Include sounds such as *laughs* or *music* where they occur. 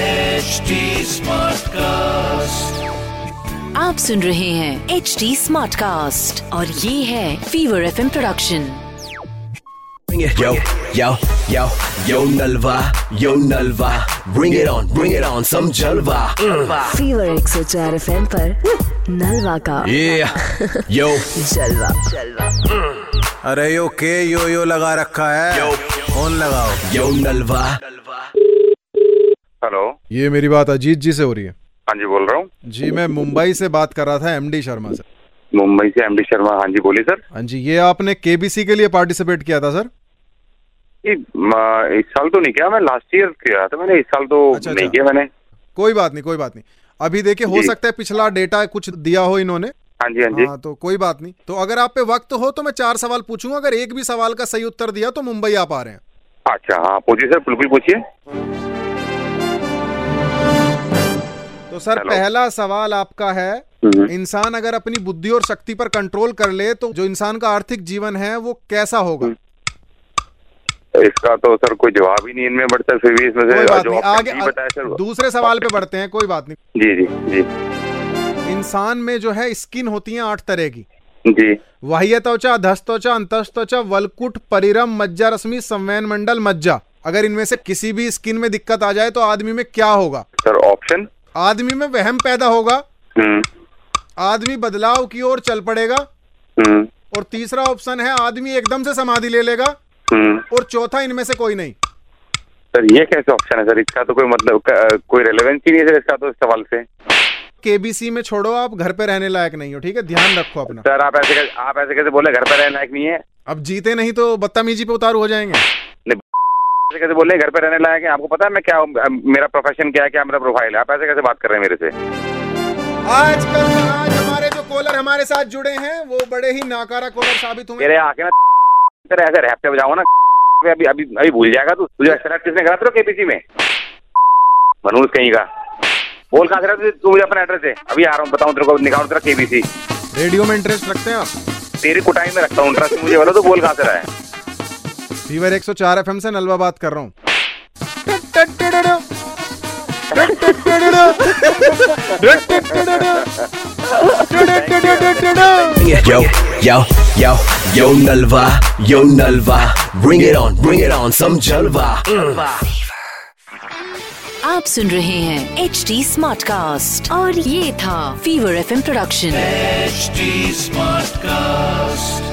HD Smartcast. आप सुन रहे हैं एच डी स्मार्ट कास्ट और ये है Fever F production Bring it. Yo, yo, yo, yo Nalva, yo Nalva. Bring it on, bring it on, some Jalva. Mm. Fever एक सौ चार एफ एम नलवा का Yeah, *laughs* yo, जलवा जलवा अरे यो के यो यो लगा रखा है Yo. फोन लगाओ yo Nalva. हेलो ये मेरी बात अजीत जी से हो रही है हाँ जी बोल रहा हूँ जी *laughs* मैं मुंबई से बात कर रहा था एमडी शर्मा से मुंबई से एमडी शर्मा हाँ जी बोलिए सर हाँ जी ये आपने केबीसी के लिए पार्टिसिपेट किया था सर ये, म, इस साल तो नहीं किया मैं लास्ट ईयर किया था मैंने इस साल तो अच्छा, नहीं अच्छा। किया मैंने कोई बात नहीं कोई बात नहीं अभी देखिए हो जी। सकता है पिछला डेटा कुछ दिया हो इन्होंने हाँ जी हाँ जी हाँ तो कोई बात नहीं तो अगर आप पे वक्त हो तो मैं चार सवाल पूछूंगा अगर एक भी सवाल का सही उत्तर दिया तो मुंबई आप आ रहे हैं अच्छा हाँ पूछिए सर बिल्कुल पूछिए तो सर Hello. पहला सवाल आपका है हम्म। इंसान अगर अपनी बुद्धि और शक्ति पर कंट्रोल कर ले तो जो इंसान का आर्थिक जीवन है वो कैसा होगा इसका तो सर कोई जवाब ही नहीं इनमें बट सर फिर भी इसमें से कोई बात जो नहीं आपने आगे जी बताया सर दूसरे सवाल पे बढ़ते हैं कोई बात नहीं जी जी जी इंसान में जो है स्किन होती है आठ तरह की जी बाह्य त्वचा अधस्त त्वचा अंतस्थ त्वचा वलकुट परिरम मज्जा रश्मि संवयन मंडल मज्जा अगर इनमें से किसी भी स्किन में दिक्कत आ जाए तो आदमी में क्या होगा सर ऑप्शन आदमी में वहम पैदा होगा हम्म आदमी बदलाव की ओर चल पड़ेगा हम्म और तीसरा ऑप्शन है आदमी एकदम से समाधि ले लेगा हम्म। और चौथा इनमें से कोई नहीं सर ये कैसे ऑप्शन है सर इसका तो कोई मतलब क- कोई रेलेवेंस ही नहीं है सर इसका तो इस सवाल से हाँ। केबीसी में छोड़ो आप घर पे रहने लायक नहीं हो ठीक है ध्यान रखो अपना सर आप ऐसे कैसे- आप ऐसे कैसे बोले घर पर रहने लायक नहीं है अब जीते नहीं तो बदतमीजी पे उतारू हो जाएंगे ऐसे कैसे बोल रहे हैं घर पे रहने लायक है आपको पता है मैं क्या हूँ? अम, मेरा प्रोफेशन क्या है क्या मेरा प्रोफाइल है आप ऐसे कैसे बात कर रहे हैं मेरे से आजकल आज हमारे जो कॉलर हमारे साथ जुड़े हैं वो बड़े ही नाकारा कॉलर साबित हुए मेरे आके ना तेरे ऐसे रहते बजाओ ना मैं अभी अभी अभी भूल जाएगा तू तुझे शराब किसने करा तेरा केपीसी में मनोज कहीं का बोल कहा रहा तू तू मुझे अपना एड्रेस दे अभी आ रहा हूँ बताऊँ तेरे को निकालू तेरा केबीसी रेडियो में इंटरेस्ट रखते हैं आप तेरी कुटाई में रखता हूँ इंटरेस्ट मुझे बोला तो बोल कहाँ से रहा है फीवर 104 एफएम से नलवा बात कर रहा हूँ Yo, yo, yo, yo Nalva, yo Nalva. Bring it on, bring it on, some Jalva. आप सुन रहे हैं एच डी स्मार्ट कास्ट और ये था Fever F production HD Smartcast.